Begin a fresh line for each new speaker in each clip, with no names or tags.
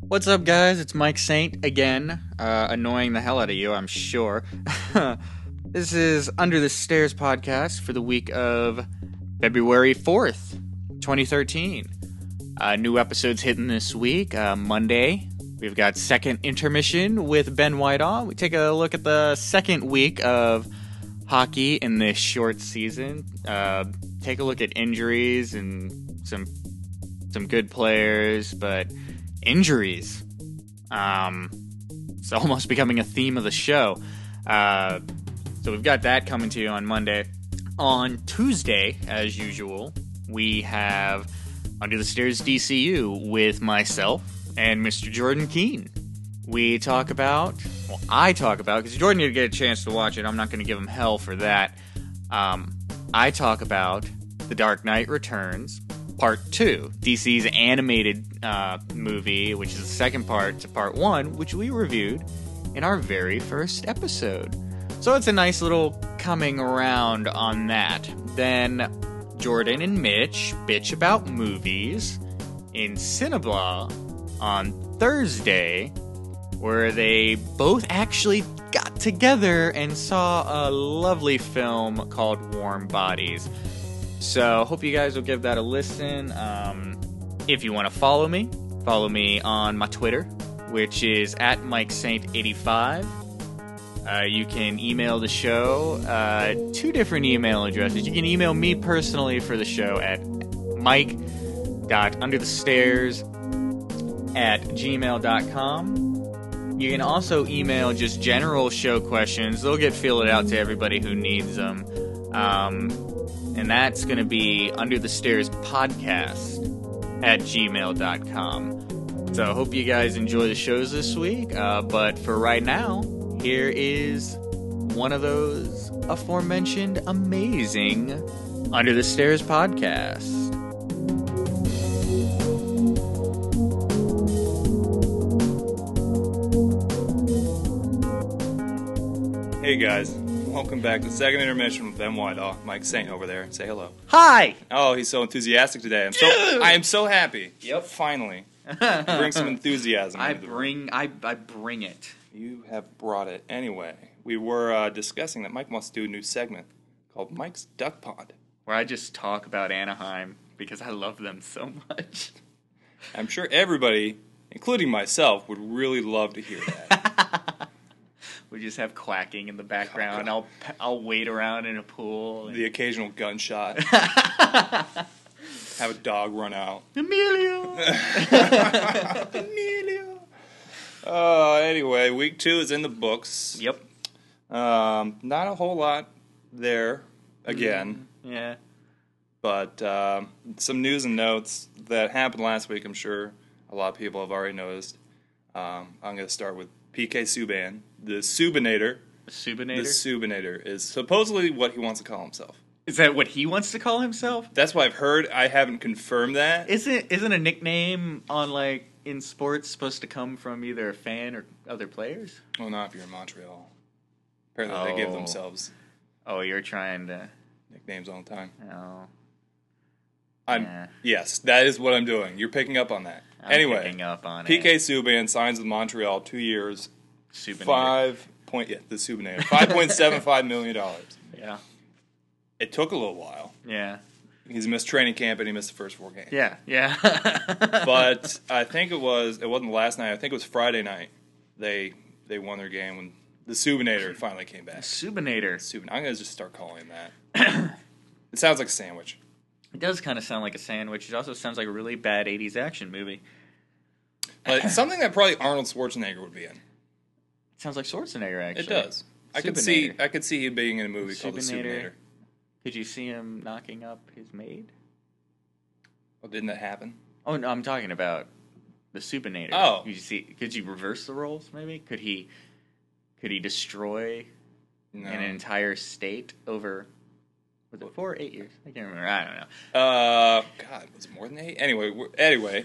What's up, guys? It's Mike Saint again, uh, annoying the hell out of you, I'm sure. this is Under the Stairs podcast for the week of February 4th, 2013. Uh, new episodes hitting this week. Uh, Monday, we've got second intermission with Ben Whitehaw. We take a look at the second week of hockey in this short season. Uh, take a look at injuries and some some good players, but injuries. Um, it's almost becoming a theme of the show. Uh, so we've got that coming to you on Monday. On Tuesday, as usual, we have Under the Stairs DCU with myself and Mr. Jordan Keene. We talk about, well, I talk about, because Jordan didn't get a chance to watch it. I'm not going to give him hell for that. Um, I talk about The Dark Knight Returns, Part 2, DC's animated uh, movie, which is the second part to Part 1, which we reviewed in our very first episode. So it's a nice little coming around on that. Then Jordan and Mitch bitch about movies in Cineblog on Thursday, where they both actually got together and saw a lovely film called Warm Bodies. So, hope you guys will give that a listen. Um, if you want to follow me, follow me on my Twitter, which is at MikeSaint85. Uh, you can email the show, uh, two different email addresses. You can email me personally for the show at mike.underthestairs at gmail.com. You can also email just general show questions. They'll get fielded out to everybody who needs them. Um, and that's going to be under the stairs podcast at gmail.com. So I hope you guys enjoy the shows this week. Uh, but for right now, here is one of those aforementioned amazing Under the Stairs podcast.
Hey guys, welcome back to second intermission with Ben Whitehaw, Mike Saint over there. Say hello.
Hi!
Oh, he's so enthusiastic today. I'm so I am so happy. Yep. Finally, bring some enthusiasm.
I
into the room.
bring I, I bring it.
You have brought it. Anyway, we were uh, discussing that Mike wants to do a new segment called Mike's Duck Pond.
Where I just talk about Anaheim because I love them so much.
I'm sure everybody, including myself, would really love to hear that.
We just have quacking in the
Oh,
background. I'll I'll wait around in a pool.
the occasional gunshot. have a dog run out.
Emilio. Emilio.
Uh, anyway, week two is in the books.
Yep.
Um, not a whole lot there again,
Yeah. Mm-hmm.
but um, some news and notes that happened last week. I'm sure a lot of people have already noticed. Um, I'm going to start with PK Subban, the Subanator. The
Subinator.
Subanator is supposedly what he wants to call himself.
Is that what he wants to call himself?
That's what I've heard. I haven't confirmed that.
Isn't isn't a nickname on like in sports supposed to come from either a fan or other players?
well, not if you're in Montreal. Apparently, they give
Oh.
themselves
Oh, you're trying to.
nicknames all the time.
Oh,
I'm
Yeah.
yes, that is what I'm doing. You're picking up on that.
I'm
anyway,
picking up on
PK
it.
Subban signs with Montreal two years,
Subinator.
five point yeah, the Subanator, five point seven five million dollars.
Yeah.
It took a little while.
Yeah.
He's missed training camp and he missed the first four games.
Yeah. Yeah.
But I think it was it wasn't last night. I think it was Friday night. They they won their game when the Subanator finally came back.
Subinator.
Subin, I'm gonna just start calling him that. it sounds like a sandwich.
It does kind of sound like a sandwich. It also sounds like a really bad '80s action movie.
But something that probably Arnold Schwarzenegger would be in.
It sounds like Schwarzenegger. Actually,
It does. I could see
Subinator.
I could see him being in a movie called The
Subinator.
Subinator.
Could you see him knocking up his maid?
Oh, didn't that happen?
Oh no, I'm talking about the Supinator.
Oh.
could you see? Could you reverse the roles? Maybe could he? Could he destroy
No.
an entire state over? Was it four or eight years? I can't remember. I don't know.
Uh, God, was it more than eight? Anyway, we're, anyway,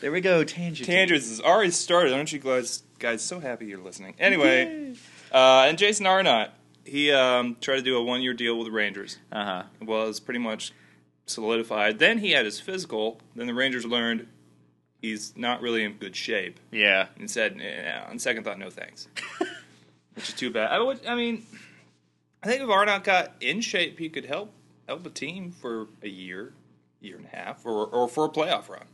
There we go. Tangent.
Tangents has already started. Aren't you guys, guys so happy you're listening? Anyway, uh, and Jason Arnott, he um, tried to do a one year deal with the Rangers.
Uh huh.
It was pretty much solidified. Then he had his physical. Then the Rangers learned he's not really in good shape.
Yeah.
and said, yeah, on second thought, no thanks. Which is too bad. I would, I mean, I think if Arnott got in shape, he could help help a team for a year, year and a half, or or for a playoff run.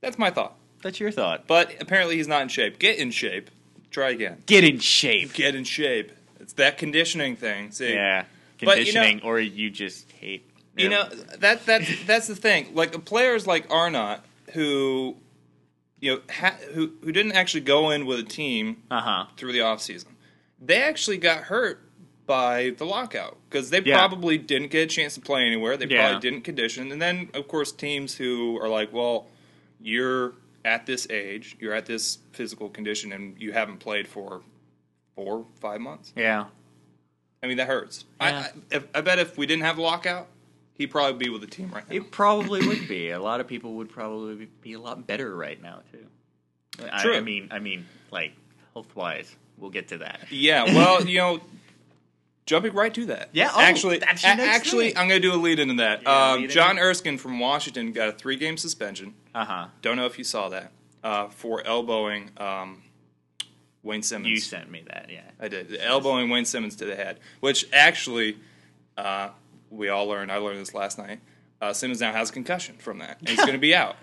That's my thought.
That's your thought.
But apparently, he's not in shape. Get in shape. Try again.
Get in shape.
Get in shape. It's that conditioning thing. See,
Yeah.
But, you know-
Conditioning, or you just hate.
you know that that's that's the thing. Like players like Arnott, who you know ha- who who didn't actually go in with a team
Uh huh.
through the offseason. They actually got hurt by the lockout because they
Yeah.
probably didn't get a chance to play anywhere. They
Yeah.
probably didn't condition. And then, of course, teams who are like, well, you're at this age, you're at this physical condition, and you haven't played for four, five months.
Yeah.
I mean, that hurts. I,
Yeah.
I, if, I bet if we didn't have the lockout, he'd probably be with the team right now.
It probably would be. A lot of people would probably be- be a lot better right now too. I, I
True.
mean, I mean, like health wise, we'll get to that.
Yeah, well, you know, jumping right to that.
Yeah, oh,
actually,
that's your
a-
next
actually,
thing.
I'm going to do a lead into that.
Yeah, lead
um,
into
John
it.
Erskine from Washington got a three game suspension.
Uh huh.
Don't know if you saw that uh, for elbowing um, Wayne Simmons.
You sent me that, yeah.
I did elbowing Wayne Simmons to the head, which actually uh, we all learned. I learned this last night. Uh, Simmons now has a concussion from that. And he's going to be out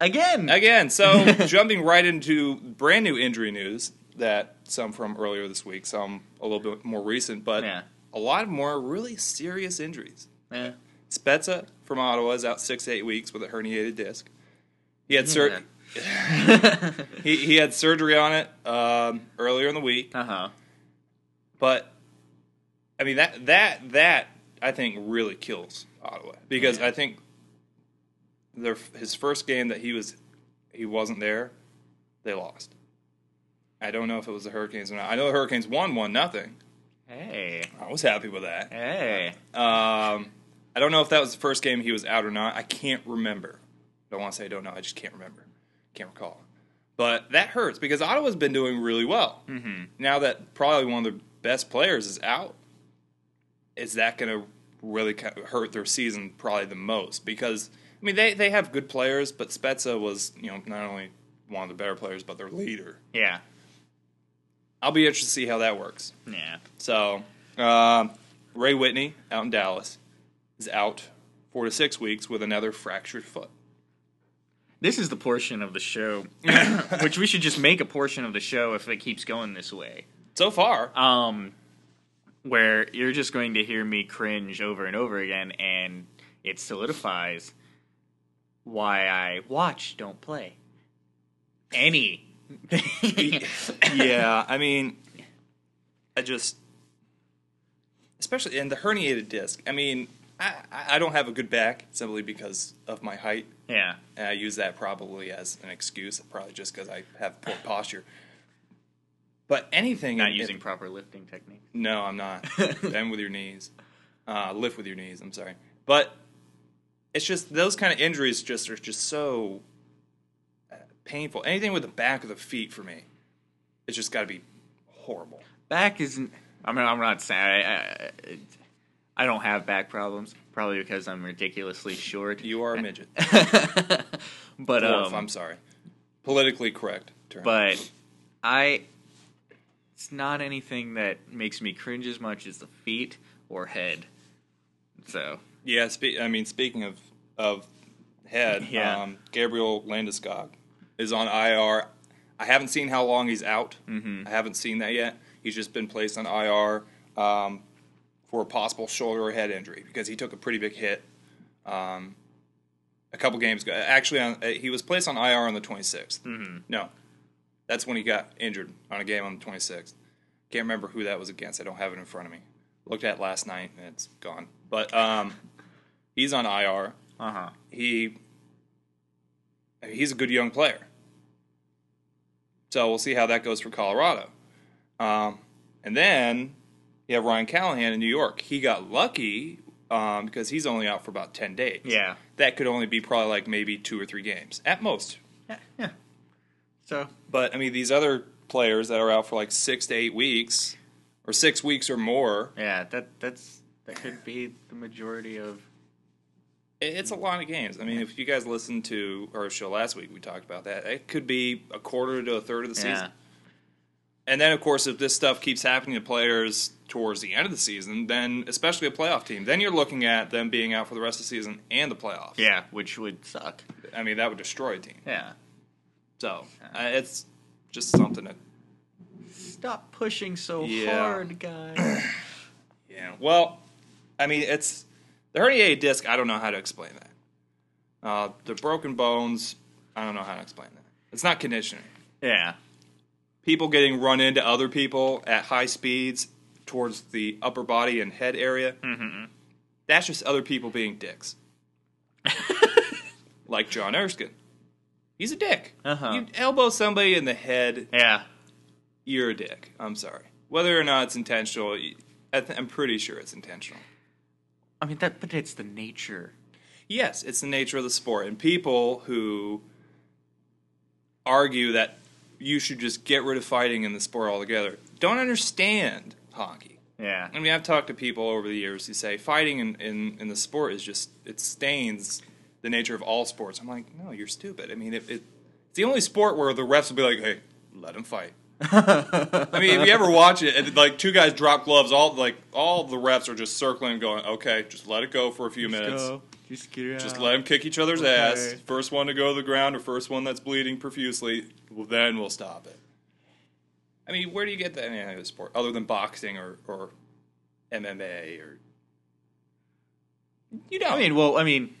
Again.
again. So jumping right into brand new injury news that some from earlier this week, some a little bit more recent, but
Yeah.
a lot more really serious injuries.
Eh,
Spezza from Ottawa is out six to eight weeks with a herniated disc. He had sur- he, he had surgery on it um, earlier in the week,
uh huh.
but I mean that that that I think really kills Ottawa because I think their his first game that he was he wasn't there, they lost. I don't know if it was the Hurricanes or not. I know the Hurricanes won one nothing.
Hey.
I was happy with that.
Hey.
Um, I don't know if that was the first game he was out or not. I can't remember. I don't want to say I don't know. I just can't remember. Can't recall. But that hurts because Ottawa's been doing really well. Mm-hmm. Now that probably one of their best players is out, is that going to really kind of hurt their season probably the most? Because I mean, they they have good players, but Spezza was you know not only one of the better players but their leader.
Yeah.
I'll be interested to see how that works.
Yeah.
So, um, Ray Whitney out in Dallas is out four to six weeks with another fractured foot.
This is the portion of the show, which we should just make a portion of the show if it keeps going this way.
So far,
um, where you're just going to hear me cringe over and over again, and it solidifies why I watch, don't play any.
yeah, I mean, I just, especially in the herniated disc. I mean, I, I I don't have a good back simply because of my height,
yeah,
and I use that probably as an excuse, probably just because I have poor posture. But anything
not
in-
using proper lifting technique.
No, I'm not. Bend with your knees. Uh, lift with your knees. I'm sorry, but it's just those kind of injuries just are just so uh, painful. Anything with the back of the feet for me, it's just got to be horrible.
Back isn't. I mean, I'm not saying I, I, I don't have back problems. Probably because I'm ridiculously short.
You are a midget.
but
Dwarf,
um,
I'm sorry. Politically correct term.
but I it's not anything that makes me cringe as much as the feet or head. So
yeah, spe- I mean, speaking of of head,
Yeah.
um, Gabriel Landeskog is on IR. I haven't seen how long he's out. I haven't seen that yet. He's just been placed on IR um, for a possible shoulder or head injury because he took a pretty big hit um, a couple games ago. Actually, on, uh, he was placed on IR on the 26th. Mm-hmm. No, that's when he got injured on a game on the 26th. Can't remember who that was against. I don't have it in front of me. Looked at it last night and it's gone. But um, he's on IR.
uh huh.
He I mean, he's a good young player. So we'll see how that goes for Colorado. Um, and then you have Ryan Callahan in New York. He got lucky um, because he's only out for about 10 days.
Yeah.
That could only be probably like maybe two or three games at most.
Yeah. yeah. So
But I mean, these other players that are out for like six to eight weeks, or six weeks or more,
yeah, that that's that could be the majority of
It- It's a lot of games. I mean, if you guys listened to our show last week, we talked about that. It could be a quarter to a third of the
Yeah.
season. And then, of course, if this stuff keeps happening to players towards the end of the season, then especially a playoff team, then you're looking at them being out for the rest of the season and the playoffs.
Yeah, which would suck.
I mean, that would destroy a team.
Yeah.
So uh, it's just something to.
Stop pushing so
Yeah.
hard, guys.
Yeah. Well, I mean, it's the herniated disc. I don't know how to explain that. Uh, the broken bones. I don't know how to explain that. It's not conditioning.
yeah.
people getting run into other people at high speeds towards the upper body and head area. Mm-hmm. That's just other people being dicks. like John Erskine. He's a dick.
Uh-huh.
You elbow somebody in the head,
Yeah.
you're a dick. I'm sorry. Whether or not it's intentional, y- I th- I'm pretty sure it's intentional.
I mean that, but it's the nature.
Yes, it's the nature of the sport. And people who argue that you should just get rid of fighting in the sport altogether don't understand hockey.
Yeah.
I mean, I've talked to people over the years who say fighting in, in, in the sport is just, it stains the nature of all sports. I'm like, no, you're stupid. I mean, it, it, it's the only sport where the refs will be like, hey, let him fight. I mean, if you ever watch it, and, like two guys drop gloves, all like all the refs are just circling, going, "Okay, just let it go for a few minutes.
Just get it
Just
out.
let them kick each other's
Okay.
ass. First one to go to the ground or first one that's bleeding profusely, well, then we'll stop it. I mean, where do you get that in any other sport other than boxing or, or MMA or you know?
I mean, well, I mean,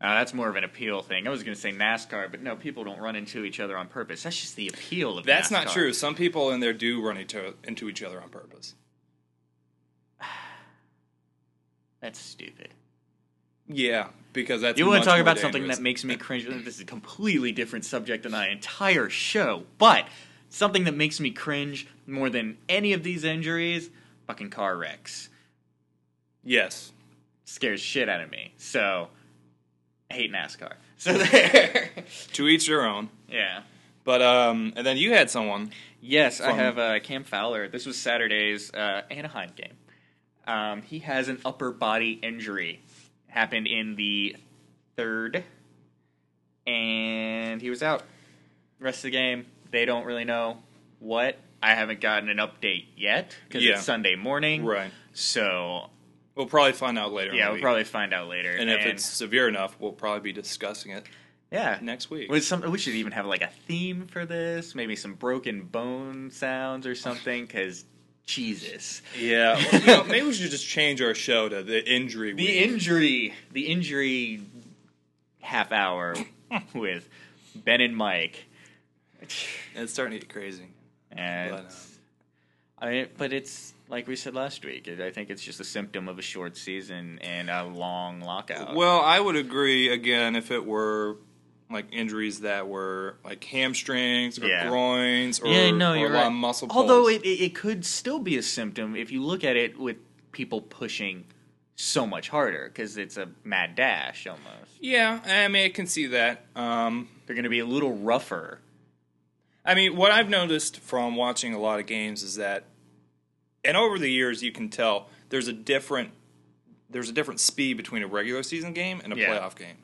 uh, that's more of an appeal thing. I was going to say NASCAR, but no, people don't run into each other on purpose. That's just the appeal of
that's not
NASCAR.
true. Some people in there do run each other, into each other on purpose.
That's stupid.
Yeah, because that's
You want
much
to talk
more
about something
dangerous.
that makes me cringe? This is a completely different subject than our entire show, but something that makes me cringe more than any of these injuries fucking car wrecks.
yes.
Scares shit out of me. So, I hate NASCAR. So, there.
To each their own.
yeah.
But um, and then you had someone.
Yes, I
From-
have uh, Cam Fowler. This was Saturday's uh, Anaheim game. Um, he has an upper body injury. Happened in the third, and he was out. Rest of the game, they don't really know what. I haven't gotten an update yet because
Yeah.
it's Sunday morning,
Right.
So
We'll probably find out later. in
yeah,
the
we'll
week.
probably find out later.
And if it's severe enough, we'll probably be discussing it
yeah,
next week.
With some, we should even have like a theme for this. Maybe some broken bone sounds or something. Because Jesus.
Yeah, well, you know, maybe we should just change our show to the injury week.
The injury, the injury half hour with Ben and Mike.
it's starting to get crazy.
And
But, um,
I mean, but it's like we said last week. it- I think it's just a symptom of a short season and a long lockout.
Well, I would agree again if it were like injuries that were like hamstrings or
Yeah.
groins or,
yeah, no,
or
you're
a lot
right.
of muscle.
Although
pulls.
it, it it could still be a symptom if you look at it with people pushing so much harder because it's a mad dash almost.
yeah, I mean, I can see that. Um,
They're going to be a little rougher.
I mean, what I've noticed from watching a lot of games is that, and over the years, you can tell there's a different there's a different speed between a regular season game and a
Yeah.
playoff game.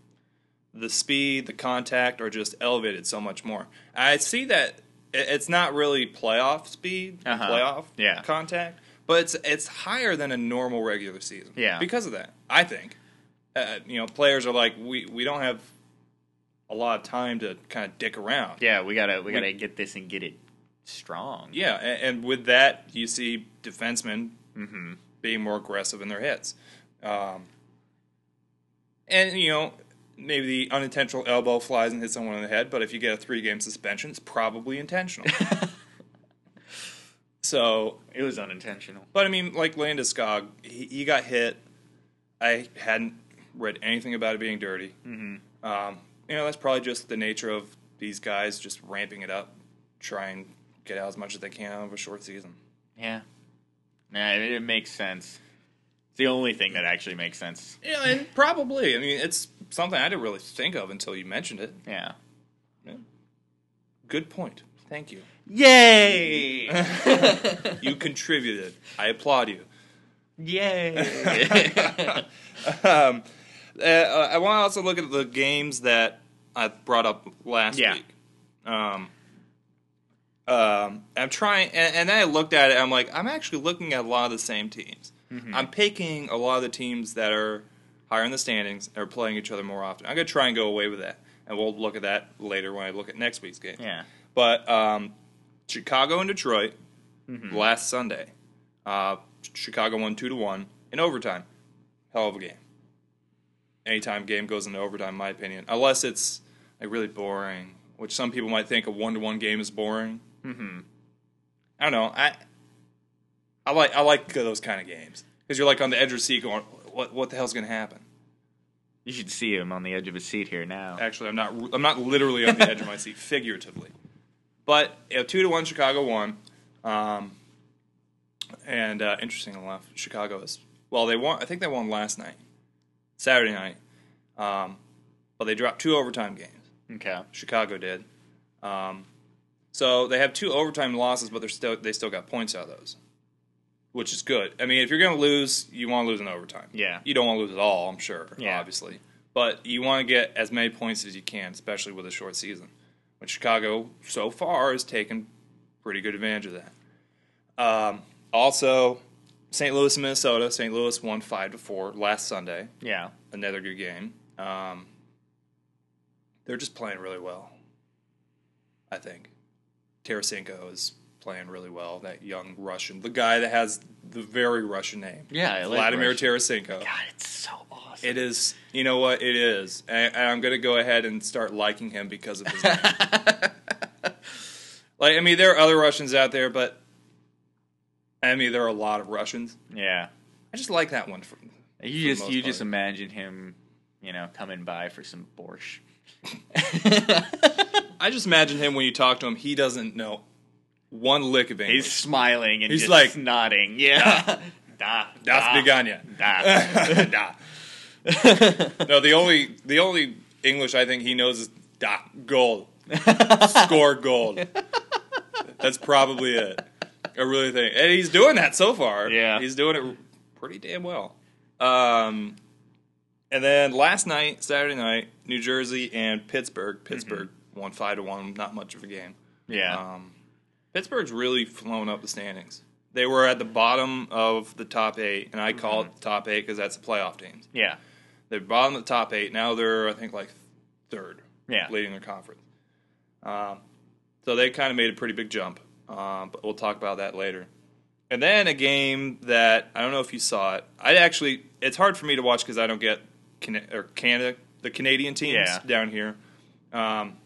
The speed, the contact are just elevated so much more. I see that i- it's not really playoff speed,
Uh-huh.
playoff
Yeah.
contact, but it's it's higher than a normal regular season.
Yeah.
because of that, I think. Uh, you know, players are like we we don't have a lot of time to kind of dick around.
Yeah, we gotta we gotta get this and get it strong.
Yeah, and, and with that, you see defensemen being more aggressive in their hits. Um, and, you know, maybe the unintentional elbow flies and hits someone in the head, but if you get a three game suspension, it's probably intentional. so,
It was unintentional.
but I mean, like Landeskog, he, he got hit. I hadn't read anything about it being dirty. Mm-hmm. Um, you know, that's probably just the nature of these guys just ramping it up, try and get out as much as they can out of a short season.
Yeah. Nah, it, it makes sense. It's the only thing that actually makes sense.
Yeah, and probably. I mean, it's something I didn't really think of until you mentioned it.
Yeah.
Yeah. Good point. Thank you.
Yay!
You contributed. I applaud you.
Yay!
Uh, uh, I want to also look at the games that I brought up last
Yeah.
week. Um, um, I'm trying, and, and then I looked at it. I'm like, I'm actually looking at a lot of the same teams.
Mm-hmm.
I'm picking a lot of the teams that are higher in the standings and are playing each other more often. I'm gonna try and go away with that, and we'll look at that later when I look at next week's game.
Yeah.
But um, Chicago and Detroit last Sunday. Uh, Chicago won two to one in overtime. Hell of a game. Anytime game goes into overtime, in my opinion, unless it's like really boring, which some people might think a one to one game is boring. Mm-hmm. I don't know. I I like I like those kind of games because you're like on the edge of your seat, going, "What what the hell's going to happen?"
You should see him on the edge of his seat here now.
Actually, I'm not. I'm not literally on the edge of my seat, figuratively. But you know, two to one, Chicago won. Um, and uh, interesting enough, Chicago is well. They won. I think they won last night, Saturday night. Um, but they dropped two overtime games.
Okay.
Chicago did. Um, so they have two overtime losses, but they're still they still got points out of those, which is good. I mean, if you're going to lose, you want to lose in overtime.
Yeah.
you don't want to lose at all. I'm sure.
Yeah.
obviously, but you want to get as many points as you can, especially with a short season. But Chicago so far has taken pretty good advantage of that. Um, also, St. Louis and Minnesota. St. Louis won five to four last Sunday
Yeah.
another good game. Um, they're just playing really well. I think Tarasenko is playing really well. That young Russian, the guy that has the very Russian name,
Yeah, I like
Vladimir
Russian.
Tarasenko.
God, it's so awesome.
It is. You know what? It is. And, and I'm going to go ahead and start liking him because of his name. like, I mean, there are other Russians out there, but I mean, there are a lot of Russians.
yeah.
I just like that one. For,
You
the
just
most
you just
part.
imagine him, you know, coming by for some borscht.
I just imagine him when you talk to him, he doesn't know one lick of English.
He's smiling and
He's
just
like,
nodding. Yeah. Da.
Das Begania.
Da. da.
No, the only the only English I think he knows is da gold. Score gold. That's probably it. I really think. And he's doing that so far.
Yeah.
He's doing it pretty damn well. Um and then last night, Saturday night, New Jersey and Pittsburgh. Pittsburgh won five to one, not much of a game.
Yeah.
Um, Pittsburgh's really flown up the standings. They were at the bottom of the top eight, and I call
Mm-hmm.
it the top eight because that's the playoff teams.
yeah.
They're bottom of the top eight. Now they're, I think, like third,
Yeah.
leading their conference. Um, so they kind of made a pretty big jump, um, but we'll talk about that later. And then a game that I don't know if you saw it. I actually, it's hard for me to watch because I don't get Can- or Canada, the Canadian teams
Yeah.
down here. Um,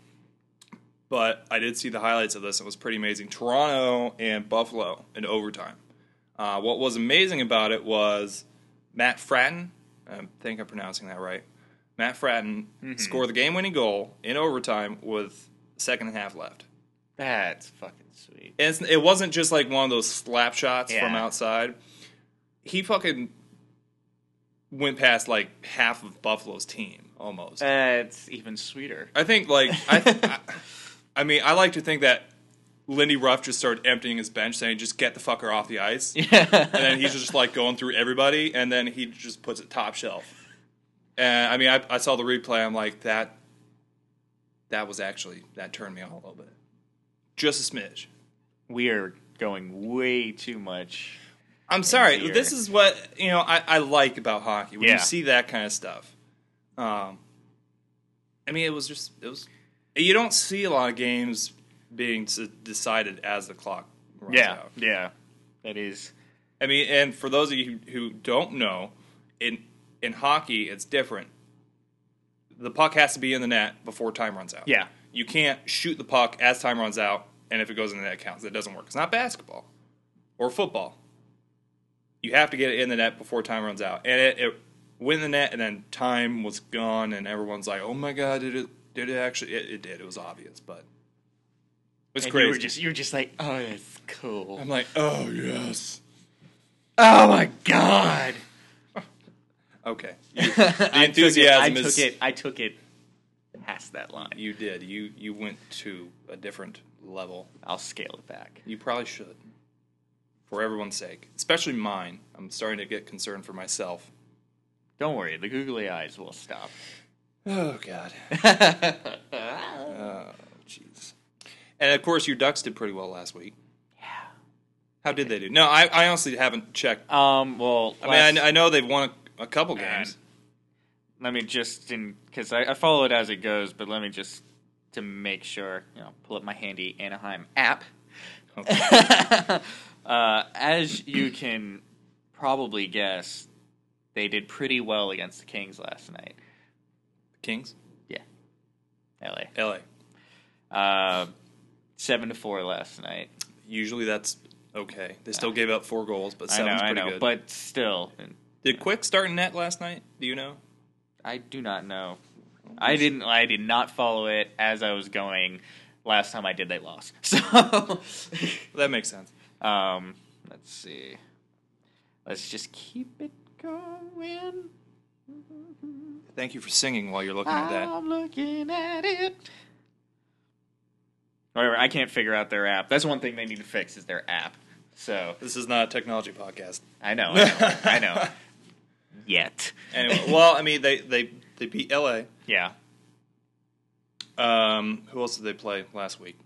but I did see the highlights of this. It was pretty amazing. Toronto and Buffalo in overtime. Uh, what was amazing about it was Matt Fratton. I think I'm pronouncing that right. Matt Fratton scored the game-winning goal in overtime with a second and a half left.
That's fucking sweet.
And it's, it wasn't just like one of those slap shots from
Yeah.
outside. He fucking went past like half of Buffalo's team almost.
That's Uh, even sweeter.
I think like I, I, I mean I like to think that Lindy Ruff just started emptying his bench, saying just get the fucker off the ice, and then he's just like going through everybody, and then he just puts it top shelf. And I mean I, I saw the replay, I'm like that. That was actually that turned me on a little bit, just a smidge.
We are going way too much.
I'm sorry.
here.
This is what you know. I, I like about hockey when
Yeah.
you see that kind of stuff. Um, I mean, it was just it was. You don't see a lot of games being s- decided as the clock runs
Yeah.
out.
Yeah. That is.
I mean, and for those of you who, who don't know, in in hockey, it's different. The puck has to be in the net before time runs out.
Yeah.
you can't shoot the puck as time runs out, and if it goes in the net, it counts. That doesn't work. It's not basketball or football. You have to get it in the net before time runs out, and it, it went in the net, and then time was gone, and everyone's like, "Oh my god, did it? Did it actually? It, it did. It was obvious, but it's
and
crazy."
You were just you were just like, oh, that's cool.
I'm like, "Oh yes."
Oh my god.
Okay. You-
the
enthusiasm
I took
is-
it. I took it past that line.
You did. You you went to a different level.
I'll scale it back.
You probably should. For everyone's sake, especially mine. I'm starting to get concerned for myself.
Don't worry, the googly eyes will stop.
Oh God. oh jeez. And of course, your Ducks did pretty well last week. How did they do? No, I, I honestly haven't checked.
Um, well,
I
last-
mean, I, I know they've won a, a couple games.
let me just in because I, I follow it as it goes, but let me just to make sure you know pull up my handy Anaheim app. uh, as you can probably guess, they did pretty well against the Kings last night.
Kings,
Yeah, L.A.
L.A.
Uh, seven to four last night.
Usually that's okay. They still gave up four goals, but
I know,
seven's
I
pretty
know,
good.
but still,
did Quick start in net last night? Do you know?
I do not know. I didn't. I did not follow it as I was going. Last time I did, they lost. So,
That makes sense.
um, let's see. Let's just keep it going.
Thank you for singing while you're looking at that.
I'm looking at it. Whatever. I can't figure out their app. That's one thing they need to fix is their app. So
This is not a technology podcast.
I know. I know. I know. Yet.
Anyway, well, I mean they they they beat L.A.
Yeah.
Um, who else did they play last week?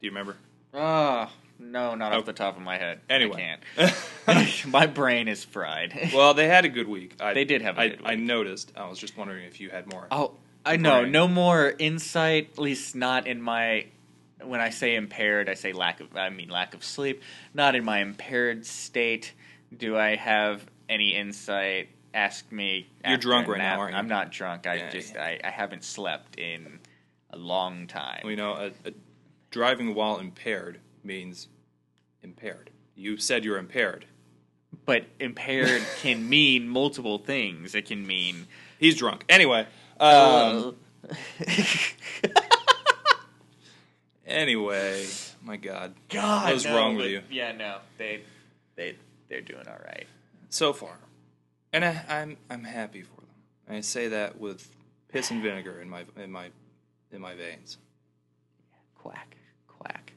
Do you remember?
Oh, no, not off the top of my head.
Anyway.
I can't. my brain is fried.
Well, they had a good week. I,
They did have a
I-
good
I
week.
noticed. I was just wondering if you had more.
Oh, I know.
Right.
No more insight. At least not in my. When I say impaired, I say lack of. I mean lack of sleep. Not in my impaired state. Do I have any insight? Ask me.
You're
after
drunk
a
right now,
nap.
aren't you?
I'm not drunk. I
Yeah,
just I, I haven't slept in a long time.
You know, a, a driving while impaired means impaired. You said you're impaired.
But impaired can mean multiple things. It can mean.
He's drunk. Anyway. Um, anyway. My God.
God,
What was
no,
wrong with
but-
you?
Yeah, no, they they they're doing all right.
So far, and I, I'm I'm happy for them. I say that with piss and vinegar in my in my in my veins.
Quack, quack.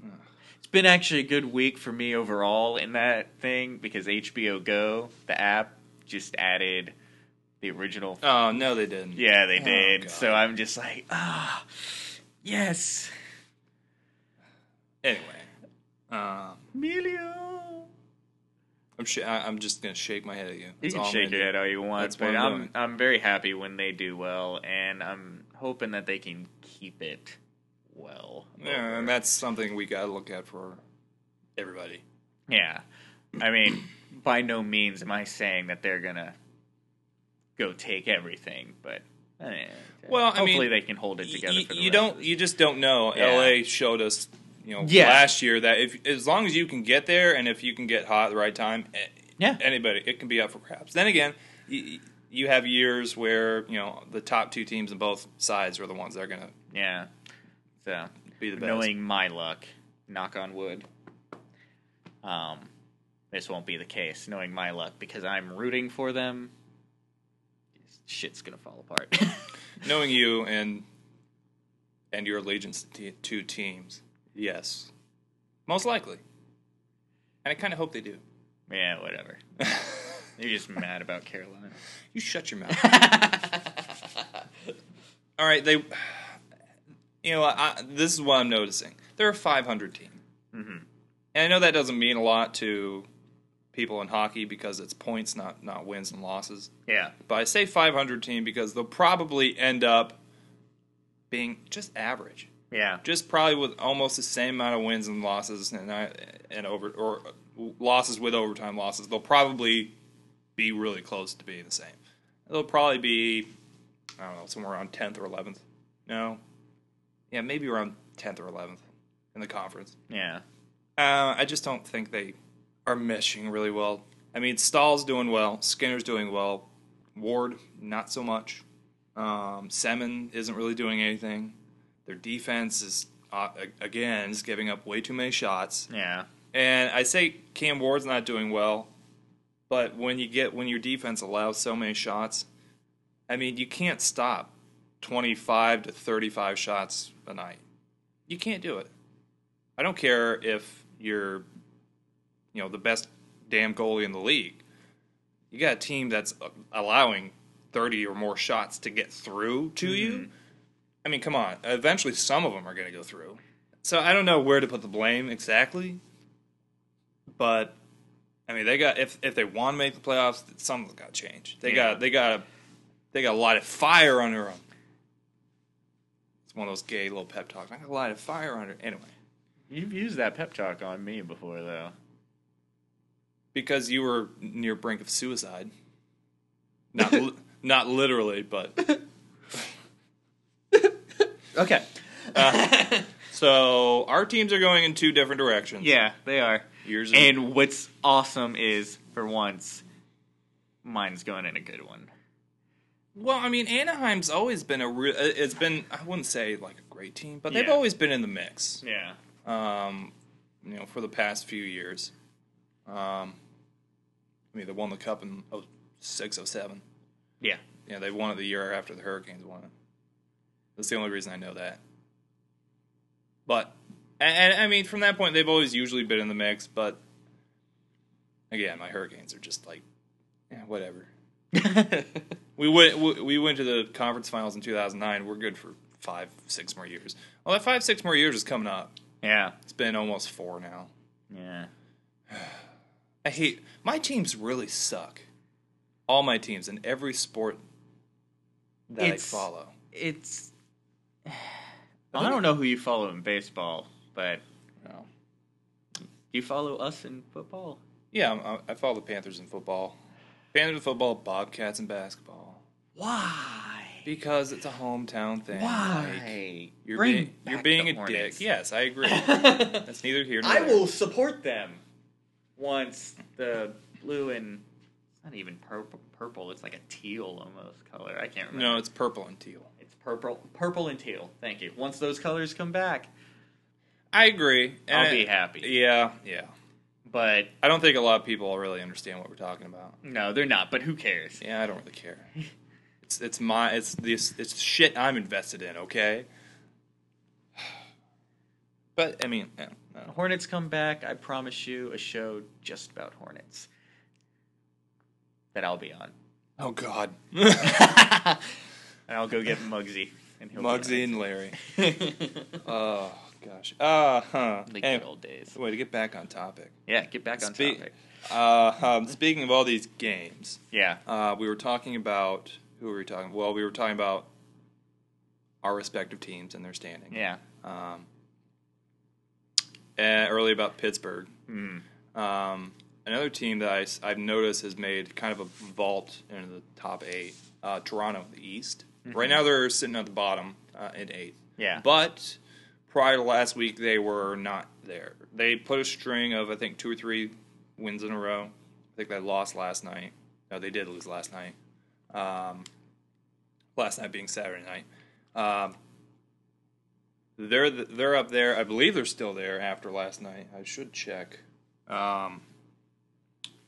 It's been actually a good week for me overall in that thing because HBO Go, the app, just added the original.
Oh no, they didn't.
Yeah, they
Oh,
did.
God.
so I'm just like, ah, yes,
Anyway. Um,
Emilio.
I'm sh- I- I'm just gonna shake my head at you.
You
That's
can
all I'm
shake
gonna
your
do.
head all you want,
That's what
but
I'm
I'm
doing.
I'm very happy when they do well, and I'm hoping that they can keep it well.
Yeah, and that's something we gotta look at for everybody.
Yeah. I mean, by no means am I saying that they're going to go take everything, but eh,
Well, I mean,
hopefully they can hold it together
Y-
for the
you
rest.
don't you just don't know.
Yeah.
LA showed us, you know,
Yeah.
last year that if as long as you can get there and if you can get hot at the right time, eh,
Yeah.
anybody it can be up for grabs. Then again, you, you have years where you know the top two teams on both sides are the ones that are gonna
Yeah. So,
be the best.
knowing my luck, knock on wood, um, this won't be the case, knowing my luck, because I'm rooting for them. Shit's going to fall apart.
knowing you and and your allegiance to two teams. Yes, most likely. And I kind of hope they do.
yeah, whatever. You're just mad about Carolina.
You shut your mouth. All right, they. You know, I, this is what I'm noticing. They're a 500 team, and I know that doesn't mean a lot to people in hockey because it's points, not not wins and losses.
Yeah.
But I say 500 team because they'll probably end up being just average.
Yeah.
just probably with almost the same amount of wins and losses and I, and over or uh, losses with overtime losses, they'll probably be really close to being the same. They'll probably be I don't know somewhere around tenth or eleventh. No, yeah, maybe around tenth or eleventh in the conference.
Yeah.
Uh, I just don't think they are meshing really well. I mean, Stahl's doing well, Skinner's doing well, Ward not so much. Um, Semin isn't really doing anything. Their defense is uh, a- again is giving up way too many shots.
Yeah.
And I say Cam Ward's not doing well, but when you get when your defense allows so many shots, I mean you can't stop twenty five to thirty five shots a night. You can't do it. I don't care if you're you know the best damn goalie in the league. You got a team that's allowing thirty or more shots to get through to you. I mean, come on. Eventually, some of them are going to go through. So I don't know where to put the blame exactly, but I mean, they got if if they want to make the playoffs, something's got to change. They
Yeah.
got they got a they got a lot of fire under them. It's one of those gay little pep talks. I got a lot of fire under. Anyway,
You've used that pep talk on me before, though.
because you were near brink of suicide. Not li- not literally, but
Okay.
Uh, so our teams are going in two different directions.
Yeah, they are.
Yours is-
and what's awesome is, for once, mine's going in a good one.
Well, I mean, Anaheim's always been a real. It's been I wouldn't say like a great team, but they've
Yeah.
always been in the mix.
Yeah.
Um, you know, for the past few years. Um, I mean, they won the cup in 06, 07.
Yeah.
You know, they won it the year after the Hurricanes won it. That's the only reason I know that. But, and, and I mean, from that point, they've always usually been in the mix. But again, my Hurricanes are just like, yeah, whatever. We went we- we went to the conference finals in 2009. We're good for five, six more years. Well, that five, six more years is coming up.
yeah.
It's been almost four now.
Yeah.
I hate my teams. Really suck. All my teams in every sport that
It's-
I follow.
It's. I don't know who you follow in baseball, but
No.
do you follow us in football?
Yeah, I'm- I, I follow the Panthers in football, Panthers in football, Bobcats in basketball,
Why?
because it's a hometown thing. Like,
Why?
you're
Bring
being you're
back
being
the
a
Hornets.
dick. Yes, I agree. That's neither here nor
I
there.
will support them once the blue and it's not even purple. Purple. It's like a teal almost color. I can't remember.
No, it's purple and teal.
It's purple, purple and teal. Thank you. Once those colors come back,
I agree.
I'll
and-
be happy.
Yeah, yeah.
but
I don't think a lot of people really understand what we're talking about.
no, they're not. But who cares?
Yeah, I don't really care. It's it's my it's this it's shit I'm invested in. Okay. But I mean, eh, I don't know.
Hornets come back. I promise you a show just about Hornets that I'll be on,
oh god,
and I'll go get Muggsy and he'll be on
Muggsy
it.
and Larry. Oh gosh. Uh huh.
the
Anyway,
good old days.
way to get back on topic.
Yeah, get back on
Spe-
topic.
Uh, um, speaking of all these games,
Yeah,
uh, we were talking about who were we talking? Well, we were talking about our respective teams and their standing.
yeah.
um, and early about Pittsburgh.
Mm.
Um, another team that I, have noticed has made kind of a vault into the top eight. Uh, Toronto, the East. Right now they're sitting at the bottom uh, in eighth.
Yeah.
But prior to last week, they were not there. They put a string of I think two or three wins in a row. I think they lost last night. No, they did lose last night. Um, last night being Saturday night. Um, they're th- they're up there. I believe they're still there after last night. I should check. Um,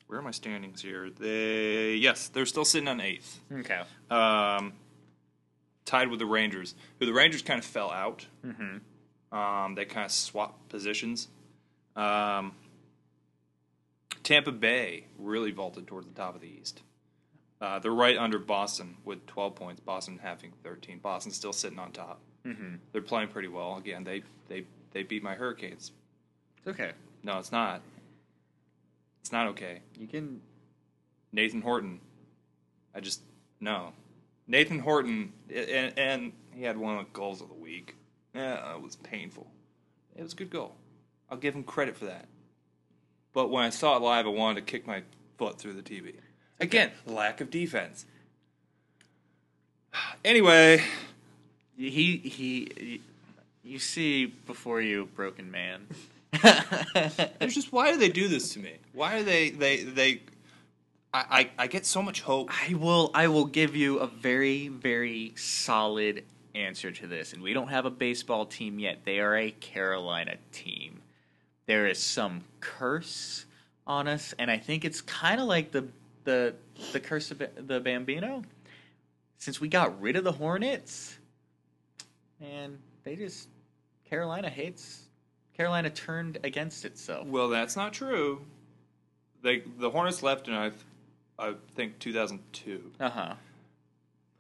where are my standings here? They yes, they're still sitting on eighth,
Okay.
um, tied with the Rangers. Who the Rangers kind of fell out.
Mm-hmm.
Um, they kind of swapped positions. Um, Tampa Bay really vaulted towards the top of the East. Uh, they're right under Boston with 12 points. Boston having 13. Boston's still sitting on top.
Mm-hmm.
They're playing pretty well. Again, they they they beat my Hurricanes.
It's okay.
No, it's not. It's not okay.
You can.
Nathan Horton. I just no. Nathan Horton a- and and he had one of the goals of the week. Yeah, it was painful. It was a good goal. I'll give him credit for that. But when I saw it live, I wanted to kick my foot through the TV. Again, lack of defense. Anyway,
He he. You see before you, broken man.
It's just why do they do this to me? Why are they they they? I I, I get so much hope.
I will I will give you a very very solid answer to this. And we don't have a baseball team yet. They are a Carolina team. There is some curse on us and I think it's kind of like the the the curse of Ba- the Bambino. Since we got rid of the Hornets and they just Carolina hates Carolina turned against itself.
Well, that's not true. They the Hornets left in I I think 2002.
Uh-huh.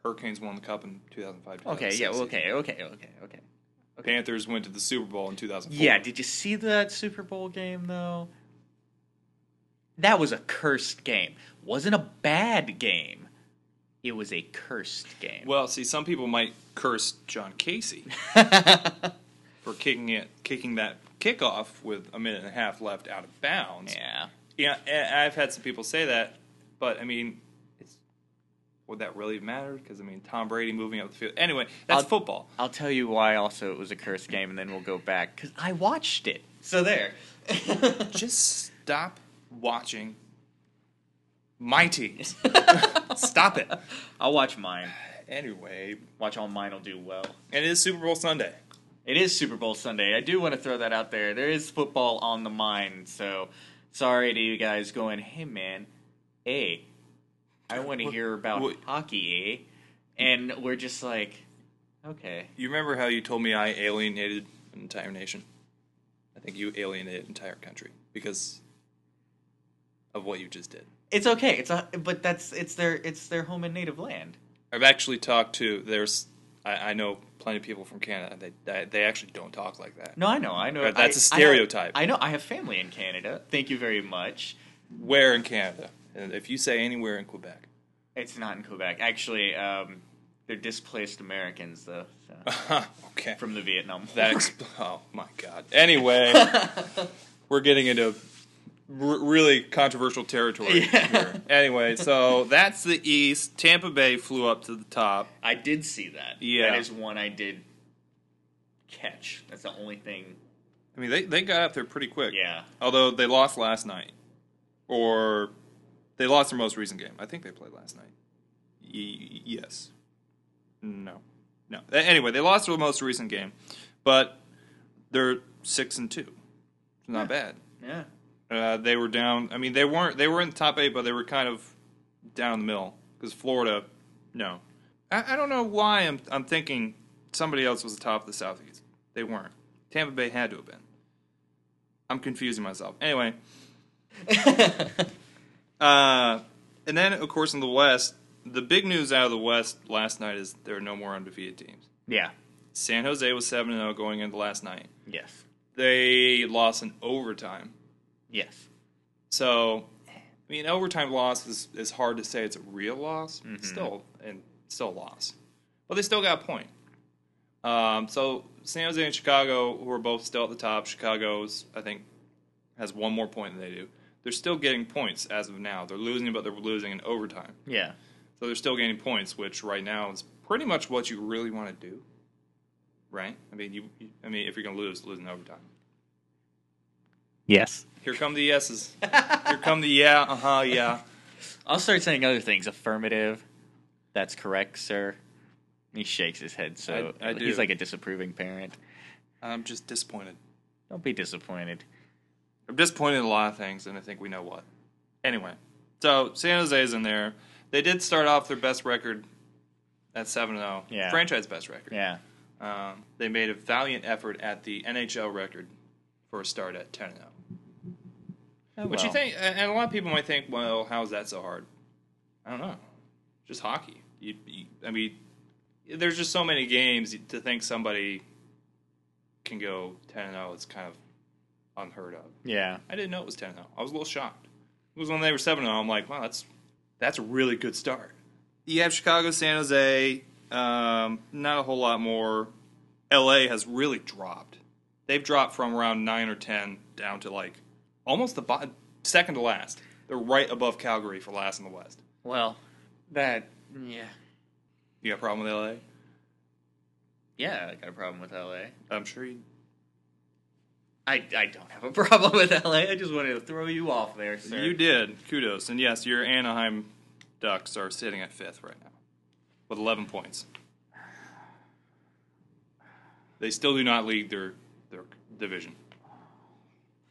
Hurricanes won the cup in 2005.
Okay, yeah,
2006.
okay, okay, okay, okay.
Panthers went to the Super Bowl in 2004.
Yeah, did you see that Super Bowl game though? That was a cursed game. Wasn't a bad game. It was a cursed game.
Well, see, some people might curse John Casey for kicking it, kicking that kickoff with a minute and a half left out of bounds.
yeah.
Yeah, and I've had some people say that, but I mean, it's, would that really matter? Because I mean, Tom Brady moving up the field. Anyway, that's
I'll-
football.
I'll tell you why also it was a cursed game and then we'll go back cuz I watched it. So there.
Just stop watching my teams. stop it.
I'll watch mine.
Anyway,
Watch all mine'll do well.
and it is Super Bowl Sunday.
It is Super Bowl Sunday. I do want to throw that out there. There is football on the mind, so sorry to you guys going, hey man, hey, I want to hear about
what-
hockey, eh? And we're just like, okay.
You remember how you told me I alienated an entire nation? I think you alienated an entire country because of what you just did.
It's okay. It's a, but that's it's their it's their home and native land.
I've actually talked to there's I, I know plenty of people from Canada. They- They they actually don't talk like that.
No, I know, I know.
Uh, that's a
I- I have-
stereotype.
I know. I have family in Canada. Thank you very much.
Where in Canada? And if you say anywhere in Quebec,
It's not in Quebec, actually. Um, they're displaced Americans though, so,
okay.
from the Vietnam. War.
That exp- oh my god. Anyway, we're getting into r- really controversial territory
Yeah.
here. Anyway, so that's the East. Tampa Bay flew up to the top.
I did see that.
Yeah.
That is one I did catch. That's the only thing.
I mean, they they got up there pretty quick.
Yeah.
Although they lost last night, or they lost their most recent game. I think they played last night. Y- yes. No. No. A- Anyway, they lost their most recent game, but they're six and two. It's Not bad.
Yeah.
Uh, they were down. I mean, they weren't. They were in the top eight, but they were kind of down the middle because Florida. No, I, I don't know why I'm. I'm thinking somebody else was the top of the Southeast. They weren't. Tampa Bay had to have been. I'm confusing myself. Anyway, uh, and then of course in the West, the big news out of the West last night is there are no more undefeated teams.
Yeah.
San Jose was seven and zero going into last night.
Yes.
They lost in overtime.
Yes.
So, I mean, overtime loss is, is hard to say it's a real loss. Still, and still a loss, but they still got a point. Um, so San Jose and Chicago, who are both still at the top, Chicago's I think has one more point than they do. They're still getting points as of now. They're losing, but they're losing in overtime,
Yeah.
so they're still gaining points, which right now is pretty much what you really want to do, right? I mean, you, you- I mean, if you're gonna lose, lose in overtime.
Yes.
Here come the yeses. Here come the yeah, uh huh, yeah.
I'll start saying other things. Affirmative. That's correct, sir. He shakes his head, so
I- I do.
he's like a disapproving parent.
I'm just disappointed.
Don't be disappointed.
I'm disappointed in a lot of things, and I think we know what. Anyway, so San Jose's in there. They did start off their best record at 7 0.
Yeah.
Franchise best record.
Yeah.
Um, they made a valiant effort at the NHL record for a start at 10 0. What you think? And and a lot of people might think, well, how is that so hard? I don't know. Just hockey. You, you, I mean, there's just so many games to think somebody can go 10 0 is kind of unheard of.
Yeah.
I didn't know it was 10 0. I was a little shocked. It was when they were 7 0. I'm like, wow, that's that's a really good start. You have Chicago, San Jose, um, not a whole lot more. LA has really dropped. They've dropped from around 9 or 10 down to like almost the bottom, second to last. They're right above Calgary for last in the West.
Well, that. Yeah.
You got a problem with LA?
Yeah, I got a problem with LA.
I'm sure you.
I, I don't have a problem with LA. I just wanted to throw you off there, sir.
You did. Kudos. And yes, your Anaheim Ducks are sitting at fifth right now with 11 points. They still do not lead their, their division.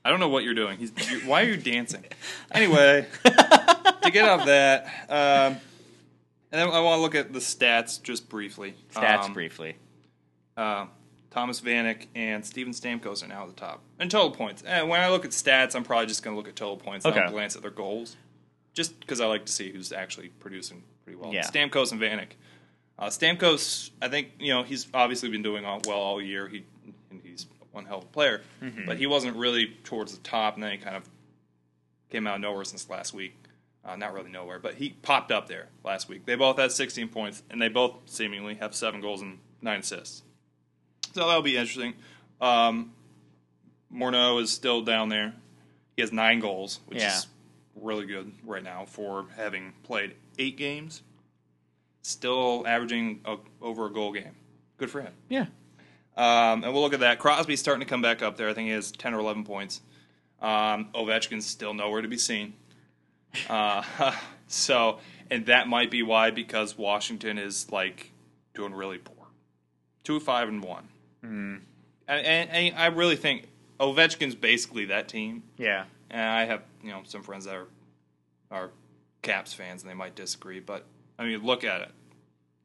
I don't know what you're doing. He's, you why are you dancing? Anyway, to get off that, um, and then I want to look at the stats just briefly.
Stats
Um,
briefly.
uh, Thomas Vanek and Steven Stamkos are now at the top. And total points. And when I look at stats, I'm probably just going to look at total points and I'll
Okay.
glance at their goals. Just because I like to see who's actually producing pretty well.
Yeah.
Stamkos and Vanek Uh, Stamkos, I think you know he's obviously been doing all, well all year. He and he's one hell of a player,
Mm-hmm.
but he wasn't really towards the top, and then he kind of came out of nowhere since last week. Uh, not really nowhere, but he popped up there last week. They both had 16 points, and they both seemingly have seven goals and nine assists. So that'll be interesting. Um, Morneau is still down there. He has nine goals, which
Yeah.
is really good right now for having played eight games. Still averaging a, over a goal game. Good for him.
Yeah.
Um, and we'll look at that. Crosby's starting to come back up there. I think he has 10 or 11 points. Um, Ovechkin's still nowhere to be seen. Uh, so, and that might be why because Washington is like doing really poor. Two, five, and one. And, and, and I really think Ovechkin's basically that team.
Yeah.
And I have you know some friends that are are Caps fans, and they might disagree. But I mean, look at it.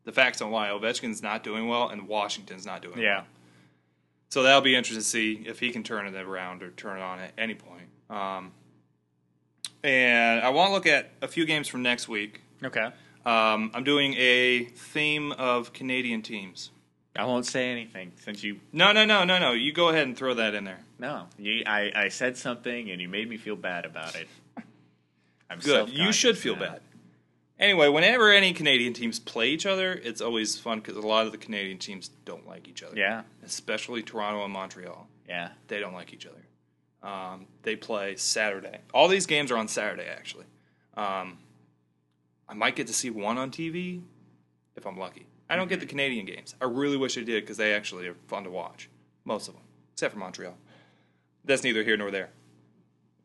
The facts on why Ovechkin's not doing well and Washington's not doing well.
Yeah.
So that'll be interesting to see if he can turn it around or turn it on at any point. Um, and I want to look at a few games from next week.
Okay.
Um, I'm doing a theme of Canadian teams.
I won't say anything since you
No, no, no, no, no. You go ahead and throw that in there.
no. You, I I said something and you made me feel bad about it. I'm
Good. You should
self-conscious
feel
now.
bad. Anyway, whenever any Canadian teams play each other, it's always fun because a lot of the Canadian teams don't like each other.
Yeah.
Especially Toronto and Montreal.
Yeah.
They don't like each other. Um, they play Saturday. All these games are on Saturday, actually. Um, I might get to see one on TV if I'm lucky. I don't get the Canadian games. I really wish I did because they actually are fun to watch. Most of them, except for Montreal. That's neither here nor there.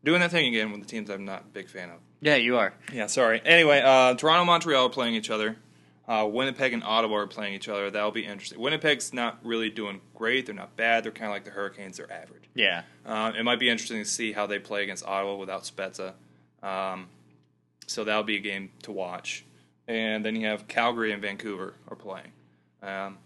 Doing that thing again with the teams I'm not a big fan of.
Yeah, you are.
Yeah, sorry. Anyway, uh, Toronto, and Montreal are playing each other. Uh, Winnipeg and Ottawa are playing each other. That'll be interesting. Winnipeg's not really doing great. They're not bad. They're kind of like the Hurricanes. They're average.
Yeah.
Um, it might be interesting to see how they play against Ottawa without Spezza. Um, so that'll be a game to watch. And then you have Calgary and Vancouver are playing. Um,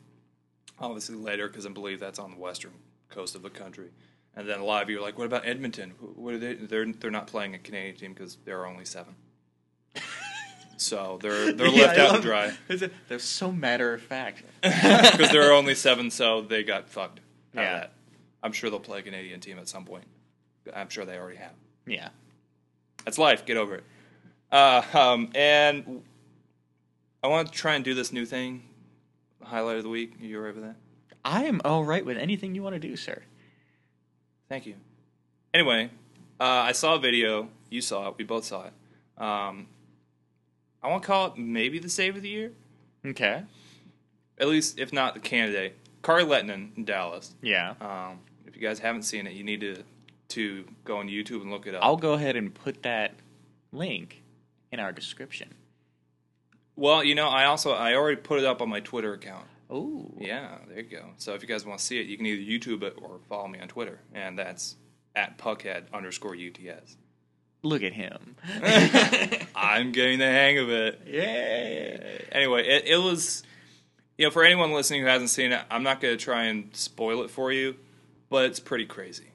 obviously later, because I believe that's on the western coast of the country. And then a lot of you are like, "What about Edmonton? Wh- What are they? They're they're not playing a Canadian team because there are only seven. so they're they're
Yeah,
left
I
out to
love-
dry
It's a- They're so matter of fact.
because there are only seven, so they got fucked. out of
Yeah.
that. I'm sure they'll play a Canadian team at some point. I'm sure they already have.
Yeah.
That's life. Get over it. Uh, um, and I want to try and do this new thing, highlight of the week. Are you all right with that?
I am all right with anything you want to do, sir.
Thank you. Anyway, uh, I saw a video. You saw it. We both saw it. Um, I want to call it maybe the save of the year,
Okay.
at least if not the candidate. Carl Lettinen in Dallas.
Yeah.
Um, if you guys haven't seen it, you need to to go on YouTube and look it up.
I'll go ahead and put that link in our description.
well, you know, I also I already put it up on my Twitter account.
Oh.
Yeah, there you go. So if you guys want to see it, you can either YouTube it or follow me on Twitter, and that's at Puckhead underscore UTS.
Look at him.
I'm getting the hang of it.
Yeah.
Anyway, it, it was, you know, for anyone listening who hasn't seen it, I'm not going to try and spoil it for you, but it's pretty crazy.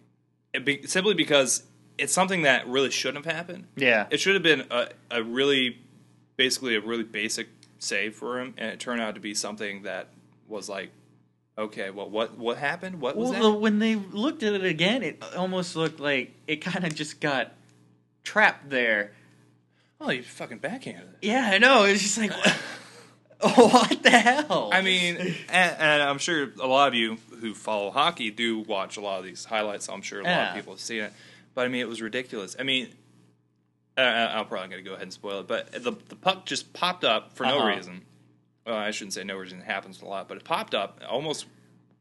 It be, simply because it's something that really shouldn't have happened.
Yeah.
It should have been a, a really, basically a really basic save for him, and it turned out to be something that was like, okay, well, what what happened? What was
Well,
that?
the- when they looked at it again, it almost looked like it kind of just got trapped there.
Oh, you fucking backhanded it.
Yeah, I know. It's just like, what the hell?
I mean, and, and I'm sure a lot of you who follow hockey do watch a lot of these highlights. So I'm sure a lot
Yeah.
of people have seen it. But I mean, it was ridiculous. I mean, I, I- I'm probably going to go ahead and spoil it. But the, the puck just popped up for no
Uh-huh.
reason. Well, I shouldn't say no reason. It happens a lot. But it popped up, almost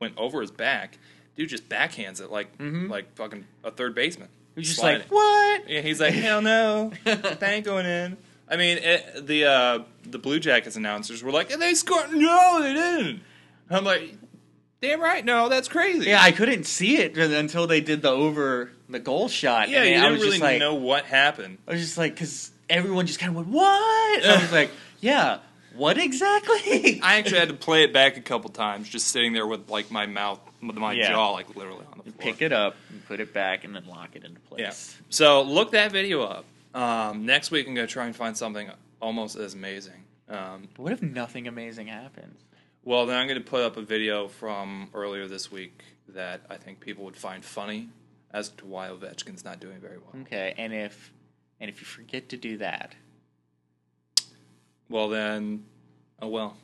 went over his back. Dude just backhands it like like fucking a third baseman.
it was just
Slide
like,
it.
what?
Yeah, he's like, hell no, that ain't going in. I mean, it, the uh, the Blue Jackets announcers were like, they scored. No, they didn't. I'm like, damn right, no, that's crazy.
Yeah, I couldn't see it until they did the over the goal shot.
yeah,
and
you
I
didn't
was
really
just like,
know what happened.
I was just like, because everyone just kind of went, what? And I was like, yeah, what exactly?
I actually had to play it back a couple times, just sitting there with like my mouth, with my
Yeah.
jaw, like literally on the floor.
Pick it up, and put it back, and then lock it into
Yeah.
place.
So look that video up. Um, next week, I'm gonna try and find something almost as amazing. Um,
What if nothing amazing happens?
well, then I'm going to put up a video from earlier this week that I think people would find funny as to why Ovechkin's not doing very well.
Okay, and if and if you forget to do that,
Well, then, oh well.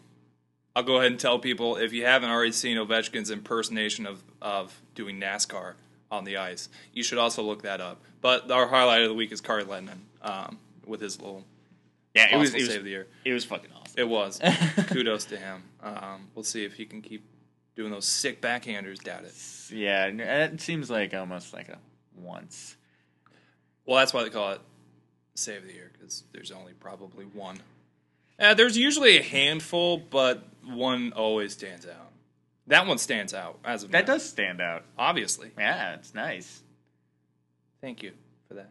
I'll go ahead and tell people if you haven't already seen Ovechkin's impersonation of, of doing NASCAR on the ice, you should also look that up. But our highlight of the week is Carl Lennon um, with his little
yeah,
possible save of the year.
it was fucking awesome.
It was. Kudos to him. Um, we'll see if he can keep doing those sick backhanders. Doubt it.
Yeah, n- it seems like almost like a once.
Well, that's why they call it save of the year because there's only probably one. Uh, there's usually a handful, but one always stands out. That one stands out as of
That
now,
does stand out.
obviously.
Yeah, it's nice.
Thank you for that.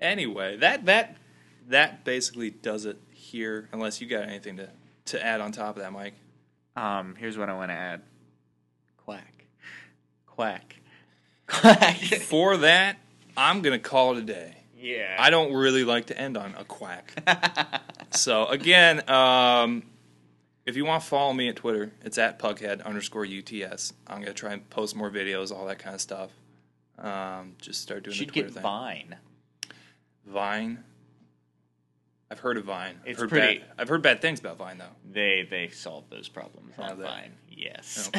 Anyway, that that that basically does it here. Unless you got anything to to add on top of that, Mike.
Um, here's what I want to add. Quack, quack, quack.
For that, I'm gonna call it a day.
yeah,
I don't really like to end on a quack. so again, um, if you want to follow me at Twitter, it's at pughead underscore uts. I'm gonna try and post more videos, all that kind of stuff. Um, just start doing
should
the Twitter
get
thing.
Vine.
Vine. I've heard of Vine. I've
It's
heard
pretty-
Bad, I've heard bad things about Vine though.
They they solve those problems
Oh,
on
they-
Vine. Yes.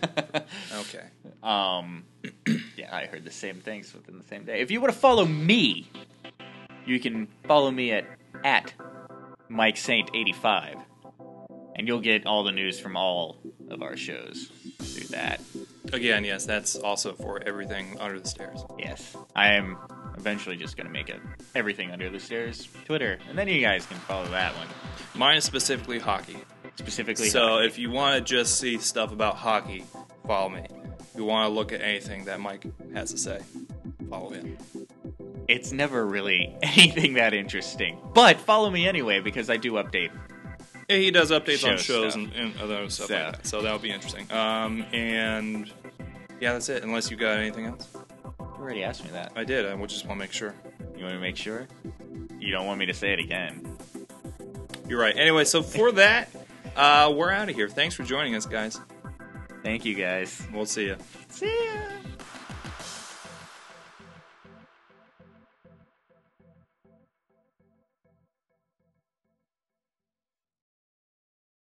Okay.
um, yeah, I heard the same things within the same day. If you want to follow me, you can follow me at at Mike Saint eighty five, and you'll get all the news from all of our shows through that.
Again, yes, that's also for everything under the stairs.
Yes, I am eventually just gonna make it everything under the stairs Twitter, and then you guys can follow that one
Mine is specifically hockey.
specifically.
So if you want to just see stuff about hockey, follow me. If you want to look at anything that Mike has to say, follow him.
it's never really anything that interesting, but follow me anyway because I do update.
Yeah, he does updates on
Show
shows
stuff.
and, and other stuff
So.
like that, so that'll be interesting. Um, and yeah, that's it. Unless you got anything else,
You already asked me that.
I did. I just want to make sure.
You want me to make sure? You don't want me to say it again.
You're right. Anyway, so for that, uh, we're out of here. Thanks for joining us, guys.
Thank you guys.
We'll see you.
See ya.